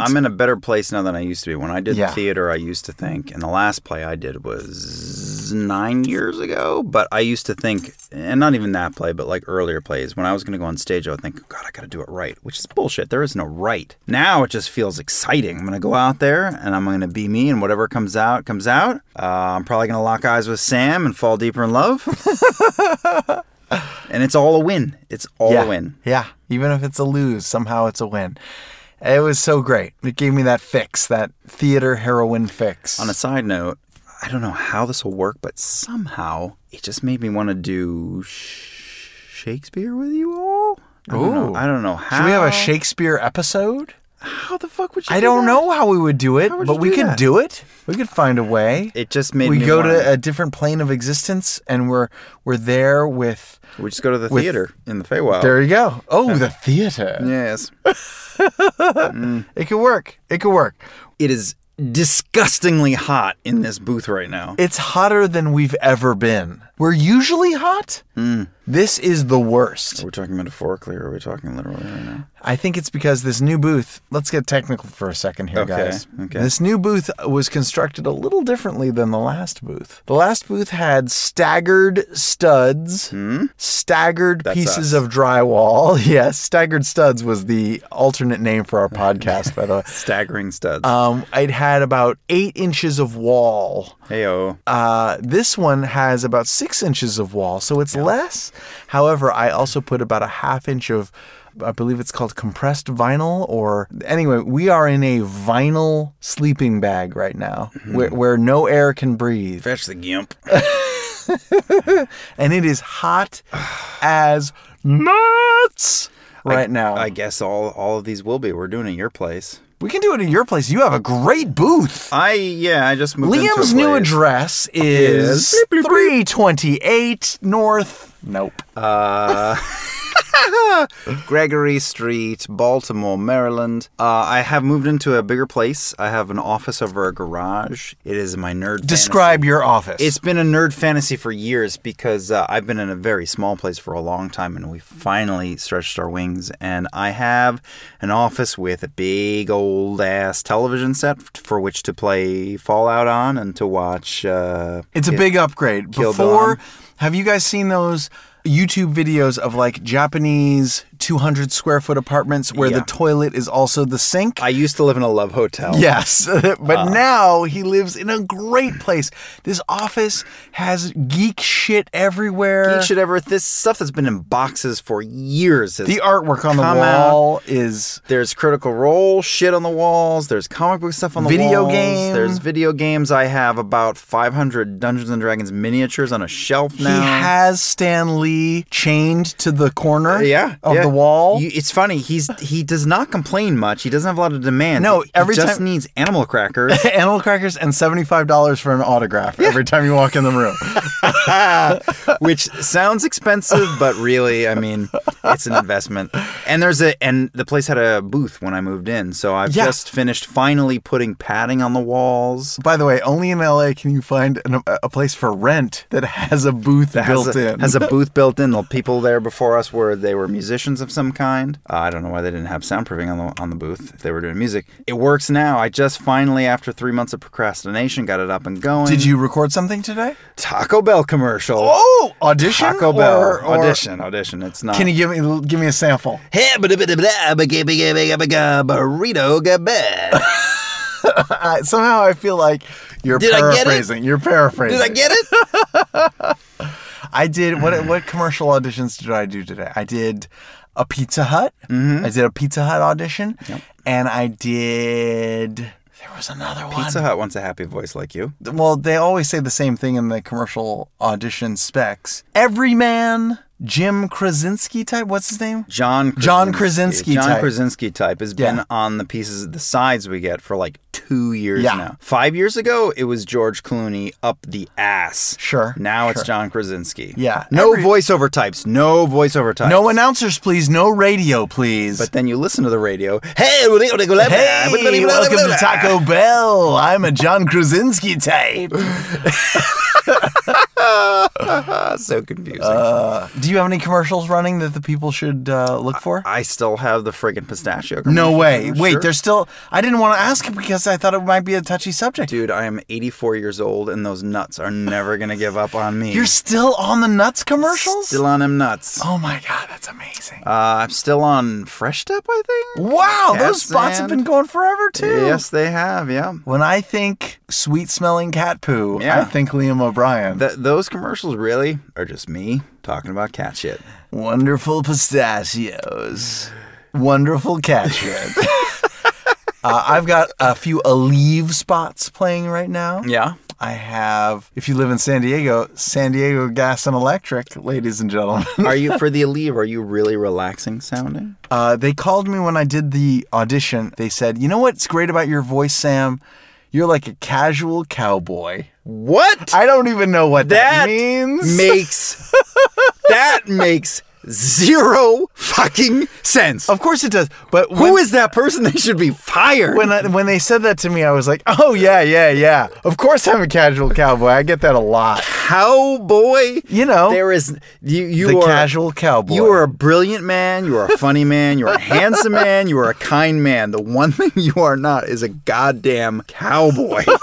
B: I'm in a better place now than I used to be. When I did
C: Yeah.
B: theater, I used to think, and the last play I did was nine years ago, but I used to think, and not even that play, but like earlier plays, when I was going to go on stage, I would think, God, I got to do it right, which is bullshit. There is no right. Now it just feels exciting. I'm going to go out there and I'm going to be me, and whatever comes out, comes out. Uh, I'm probably going to lock eyes with Sam and fall deeper in love. and it's all a win. It's all
C: yeah.
B: a win.
C: Yeah. Even if it's a lose, somehow it's a win. It was so great. It gave me that fix, that theater heroin fix.
B: On a side note, I don't know how this will work, but somehow it just made me want to do sh- Shakespeare with you all. I don't
C: Ooh.
B: know. I don't know how.
C: Should we have a Shakespeare episode?
B: How the fuck would you?
C: I
B: do
C: don't
B: that?
C: know how we would do it,
B: would
C: but
B: you
C: we
B: do
C: could
B: that?
C: do it. We could find a way.
B: It just made
C: we
B: me
C: go
B: wanna-
C: to a different plane of existence, and we're we're there with.
B: We just go to the
C: with-
B: theater in the Feywild.
C: There you go. Oh, the theater.
B: yes.
C: It could work. It could work.
B: It is disgustingly hot in this booth right now.
C: It's hotter than we've ever been. We're usually hot.
B: Hmm.
C: This is the worst.
B: We're talking metaphorically, or are we talking literally right now?
C: I think it's because this new booth, let's get technical for a second here,
B: Okay,
C: guys.
B: okay.
C: This new booth was constructed a little differently than the last booth. The last booth had staggered studs, staggered pieces
B: Hmm? us.
C: of drywall. Yes, staggered studs was the alternate name for our podcast, by the way.
B: Staggering studs.
C: Um, it had about eight inches of wall.
B: Heyo.
C: Uh, this one has about six inches of wall, so it's less. However, I also put about a half inch of, I believe it's called compressed vinyl, or anyway, we are in a vinyl sleeping bag right now
B: Mm-hmm.
C: where, where no air can breathe.
B: Fetch the gimp.
C: And it is hot as nuts right now.
B: I guess all all of these will be. We're doing it your place.
C: we can do it at your place. You have a great booth.
B: I yeah. I just moved. into
C: Liam's
B: a
C: new
B: place.
C: address is 328 North. Nope.
B: Gregory Street, Baltimore, Maryland. Uh, I have moved into a bigger place. I have an office over a garage. It is my nerd.
C: Describe
B: fantasy.
C: your office.
B: It's been a nerd fantasy for years because uh, I've been in a very small place for a long time, and we finally stretched our wings. And I have an office with a big old ass television set for which to play Fallout on and to watch. Uh,
C: It's a big upgrade.
B: Kill
C: Before,
B: Dawn.
C: have you guys seen those YouTube videos of like Japanese 200 square foot apartments where the
B: Yeah.
C: toilet is also the sink?
B: I Uh. used to live in a love hotel.
C: Yes, but now he lives in a great place. This office has geek shit everywhere.
B: You should ever this stuff that's been in boxes for years. has
C: the artwork on the
B: come out.
C: wall is
B: There's Critical Role shit on the walls. There's comic book stuff on the
C: Video
B: walls.
C: game.
B: There's video games. I have about 500 Dungeons and Dragons miniatures on a shelf now.
C: he has Stan Lee chained to the corner
B: Uh, yeah,
C: of
B: yeah.
C: the wall.
B: You- it's funny. He's he does not complain much. He doesn't have a lot of demands.
C: No, every
B: he just
C: time-
B: needs animal crackers.
C: Animal crackers and $75 for an autograph every time you walk in the room.
B: which sounds expensive, but really, I mean, it's an investment. And there's a and the place had a booth when I moved in, so I've
C: Yeah.
B: just finished finally putting padding on the walls.
C: By the way, only in LA can you find an, a place for rent that has a booth
B: Has
C: built
B: a,
C: in.
B: has a booth built in. The people there before us were they were musicians of some kind. Uh, I don't know why they didn't have soundproofing on the on the booth if they were doing music. It works now. I just finally, after three months of procrastination, got it up and going.
C: Did you record something today?
B: Taco Bell commercial?
C: Oh, audition.
B: Taco Bell
C: or- or-
B: audition audition. It's not.
C: Can you give me give me a sample?
B: Hey, burrito gabba.
C: I, somehow I feel like you're
B: Did I get it?
C: paraphrasing. You're paraphrasing.
B: Did I get it?
C: I did what what commercial auditions did I do today? I did a Pizza Hut.
B: Mm-hmm.
C: I did a Pizza Hut audition, and I did. There was another one.
B: Pizza Hut wants a happy voice like you.
C: Well, they always say the same thing in the commercial audition specs. Everyman, Jim Krasinski type. What's his name?
B: John Krasinski,
C: John Krasinski
B: John
C: type.
B: Krasinski type has
C: Yeah.
B: been on the pieces the sides we get for like two years
C: Yeah.
B: now. Five years ago, it was George Clooney up the ass.
C: Sure,
B: Now it's
C: sure.
B: John Krasinski.
C: Yeah.
B: No
C: Every-
B: voiceover types. No voiceover types.
C: No announcers, please. No radio, please.
B: But then you listen to the radio. Hey, hey,
C: Hey, welcome to Taco Bell. I'm a John Krasinski type.
B: so confusing.
C: Do you have any commercials running that the people should uh, look for?
B: I still have the friggin' pistachio.
C: no
B: commercial.
C: way. Wait,
B: Sure.
C: there's still. I didn't want to ask it because I thought it might be a touchy subject.
B: Dude, I am 84 years old, and those nuts are never gonna give up on me.
C: You're still on the nuts commercials?
B: still on them nuts.
C: oh my god, that's amazing.
B: Uh, I'm still on Fresh Step, I think.
C: wow,
B: Cat
C: those spots
B: sand.
C: have been going forever too.
B: Yes, they have. Yeah.
C: When I think sweet smelling cat poo, I
B: Yeah.
C: think Liam O'Brien.
B: Th- those commercials really are just me talking about cat shit.
C: Wonderful pistachios. Wonderful cat shit. uh, I've got a few Aleve spots playing right now.
B: Yeah.
C: I have, if you live in San Diego, San Diego Gas and Electric, ladies and gentlemen.
B: Are you for the Aleve? Are you really relaxing sounding?
C: Uh, they called me when I did the audition. They said, You know what's great about your voice, Sam? You're like a casual cowboy.
B: What
C: I don't even know what
B: That
C: that, means.
B: makes that makes zero fucking sense.
C: of course it does. But
B: Who is that person? They should be fired.
C: when I, when they said that to me, I was like, "Oh yeah, yeah, yeah. Of course I'm a casual cowboy. I get that a lot.
B: cowboy,
C: You know,
B: there is you. You
C: the
B: are
C: casual cowboy.
B: You are a brilliant man. You are a funny man. You are a handsome man. You are a kind man. The one thing you are not is a goddamn cowboy.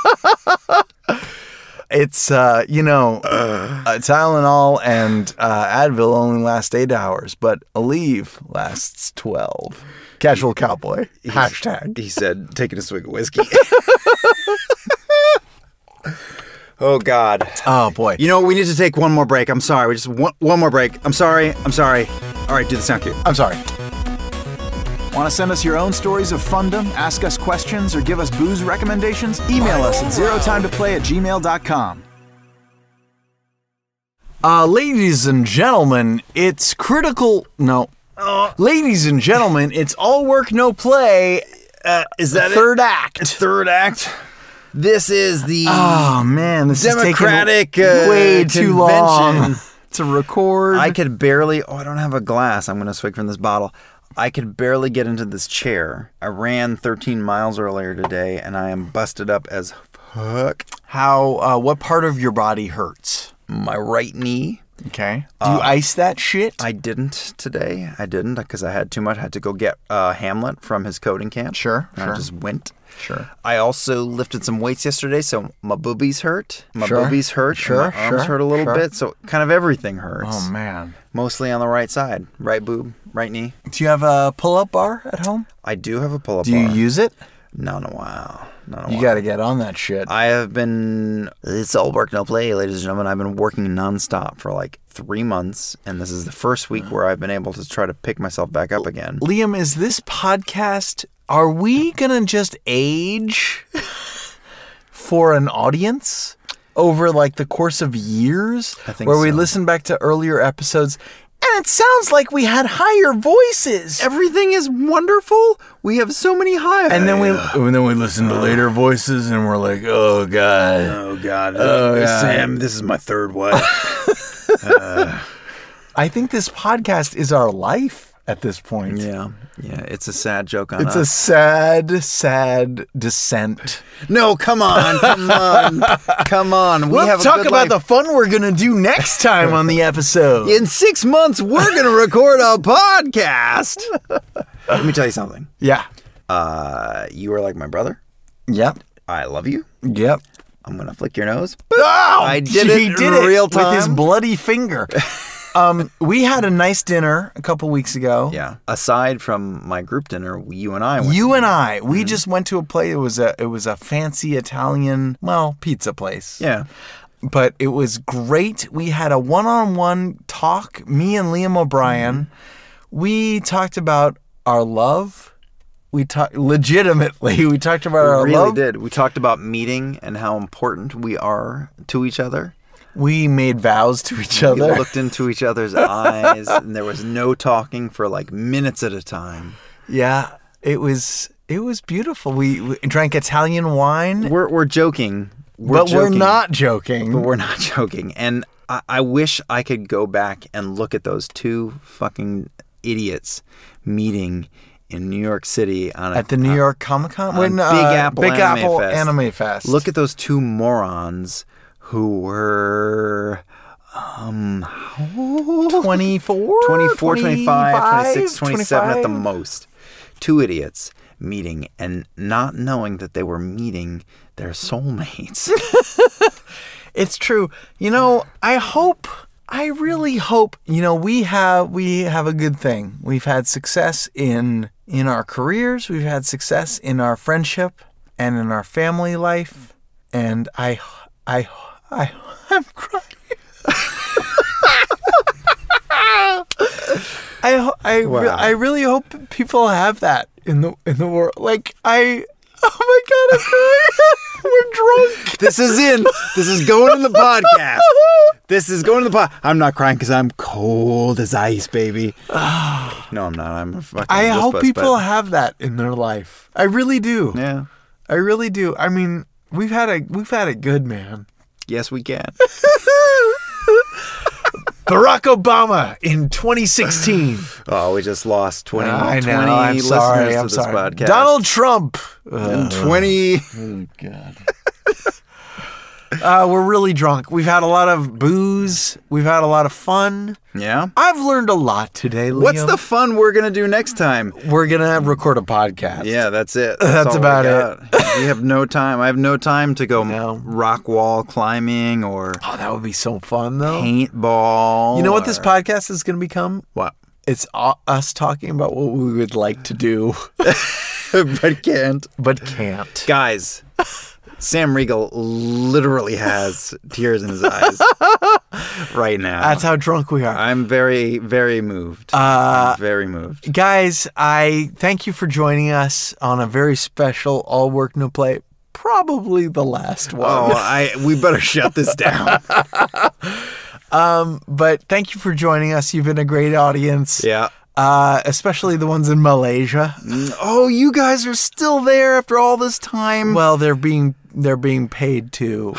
C: It's uh, you know, uh, Tylenol and uh, Advil only last eight hours, but Aleve lasts twelve. Casual cowboy hashtag.
B: he said, taking a swig of whiskey. oh God!
C: Oh boy.
B: You know we need to take one more break. I'm sorry. We just one, one more break. I'm sorry. I'm sorry. All right, do the sound cue.
C: I'm sorry.
D: Want to send us your own stories of fundum, ask us questions, or give us booze recommendations? Email us at zerotimetoplay at gmail.com.
C: Uh, ladies and gentlemen, it's critical. No.
B: Uh.
C: Ladies and gentlemen, it's all work, no play. Uh,
B: is that it?
C: third act?
B: Third act. Ah. This is the
C: Oh man, this
B: Democratic,
C: is taking
B: uh,
C: way too long
B: convention.
C: to record.
B: I could barely. Oh, I don't have a glass. I'm going to swig from this bottle. I could barely get into this chair. I ran 13 miles earlier today, and I am busted up as fuck.
C: How? Uh, what part of your body hurts?
B: My right knee.
C: Okay. Do
B: Uh.
C: you ice that shit?
B: I didn't today. I didn't because I had too much. I had to go get uh, Hamlet from his coding camp.
C: Sure,
B: And
C: sure.
B: I just went.
C: sure.
B: I also lifted some weights yesterday, so my boobies hurt. My
C: Sure,
B: boobies hurt. and
C: sure,
B: My arms
C: sure,
B: hurt a little
C: sure.
B: bit. So kind of everything hurts.
C: Oh man.
B: Mostly on the right side, right boob, right knee.
C: Do you have a pull-up bar at home?
B: I do have a pull-up
C: Do you
B: bar.
C: use it?
B: Not in a while. Not in a
C: You
B: while.
C: got to get on that shit.
B: I have been. It's all work, no play, ladies and gentlemen. I've been working nonstop for like three months, and this is the first week where I've been able to try to pick myself back up again.
C: Liam, is this podcast? Are we gonna just age for an audience over like the course of years? I
B: think
C: where we
B: so.
C: listen back to earlier episodes, and it sounds like we had higher voices.
B: Everything is wonderful. We have so many highs.
C: And then we and then we listen to later voices, and we're like, oh god.
B: Oh God.
C: Oh, God.
B: Sam, this is my third wife.
C: I think this podcast is our life at this point.
B: Yeah, yeah. It's a sad joke on
C: It's a
B: us.
C: sad, sad descent.
B: no, come on, come on, come on. We
C: Let's
B: have a
C: talk
B: good
C: about the
B: life.
C: fun we're gonna do next time on the episode.
B: In six months, we're gonna record a podcast. Let me tell you something.
C: yeah.
B: Uh, you are like my brother.
C: Yep.
B: I love you.
C: Yep.
B: I'm gonna flick your nose.
C: Oh,
B: I did
C: he
B: it
C: did
B: in real
C: with his
B: time.
C: bloody finger. um, we had a nice dinner a couple weeks ago.
B: Yeah. Aside from my group dinner, you and I went.
C: You and I,
B: Mm-hmm.
C: we just went to a place. It was a it was a fancy Italian, well, pizza place.
B: yeah.
C: But it was great. We had a one-on-one talk. Me and Liam O'Brien. We talked about our love. We talked legitimately. We talked about our
B: really
C: Uh, love.
B: did. We talked about meeting and how important we are to each other.
C: We made vows to each
B: We
C: other.
B: looked into each other's eyes, and there was no talking for like minutes at a time.
C: Yeah, it was it was beautiful. We, we drank Italian wine,
B: We're we're joking, we're
C: but we're
B: joking,
C: not joking.
B: But we're not joking. And I, I wish I could go back and look at those two fucking idiots meeting in New York City on a,
C: at the New York Comic Con,
B: on Big Apple
C: Big
B: Anime
C: Apple
B: Fest.
C: Anime Fest.
B: Look at those two morons who were um how-
C: 24,
B: 24, 25, 26, 27 at the
C: 25?
B: most. Two idiots meeting and not knowing that they were meeting their soulmates.
C: It's true. You know, I hope I really hope, you know, we have we have a good thing. We've had success in in our careers, we've had success in our friendship and in our family life, and I I I I'm crying. I ho- I, re-
B: Wow.
C: I really hope people have that in the in the world. Like I Oh my god, I'm crying. We're drunk.
B: this is in. This is going in the podcast. This is going in the pod. I'm not crying because I'm cold as ice, baby. no, I'm not. I'm a fucking.
C: I hope
B: wusspuss,
C: people
B: but-
C: have that in their life. I really do.
B: yeah.
C: I really do. I mean, we've had a we've had it good, man.
B: Yes, we can.
C: Barack Obama in 2016.
B: Oh, we just lost 20,
C: I know.
B: 20
C: I'm
B: listeners
C: sorry.
B: to
C: I'm
B: this
C: sorry.
B: podcast.
C: Donald Trump.
B: And 20.
C: Uh, we're really drunk. We've had a lot of booze. We've had a lot of fun.
B: Yeah.
C: I've learned a lot today, Liam.
B: What's the fun we're going to do next time?
C: we're gonna record a podcast.
B: Yeah, that's it.
C: That's
B: all we
C: about
B: got. we have no time. I have no time to go
C: No.
B: rock wall climbing or
C: Oh, that would be so fun, though.
B: paintball.
C: You know what this
B: or-
C: podcast is gonna become?
B: What?
C: It's uh, us talking about what we would like to do,
B: but can't.
C: but can't.
B: Guys, Sam Riegel literally has tears in his eyes right now.
C: That's how drunk we are.
B: I'm very, very moved. Uh, very moved.
C: Guys, I thank you for joining us on a very special All Work No Play, probably the last one.
B: Oh, I we better shut this down.
C: But thank you for joining us. You've been a great audience.
B: yeah.
C: Uh, especially the ones in Malaysia.
B: Oh, you guys are still there after all this time.
C: Well, they're being they're being paid too.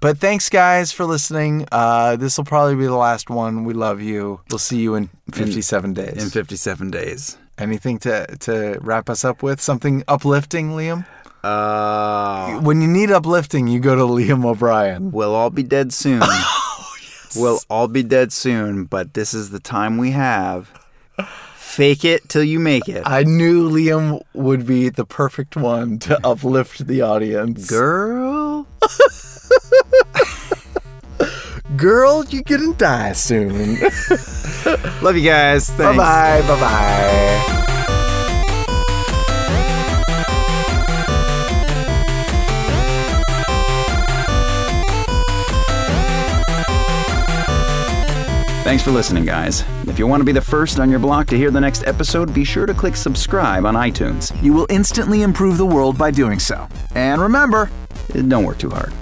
C: but thanks guys for listening. Uh, this will probably be the last one. We love you. We'll see you in 57 days.
B: in 57 days.
C: Anything to to wrap us up with? Something uplifting, Liam?
B: Uh,
C: When you need uplifting, you go to Liam O'Brien.
B: We'll all be dead soon. We'll all be dead soon, but this is the time we have. Fake it till you make it.
C: I knew Liam would be the perfect one to uplift the audience.
B: Girl.
C: Girl, you're gonna die soon. bye
B: Love you guys. Thanks.
C: bye, bye bye.
B: Thanks for listening, guys. If you want to be the first on your block to hear the next episode, be sure to click subscribe on iTunes.
D: You will instantly improve the world by doing so.
B: And remember, don't work too hard.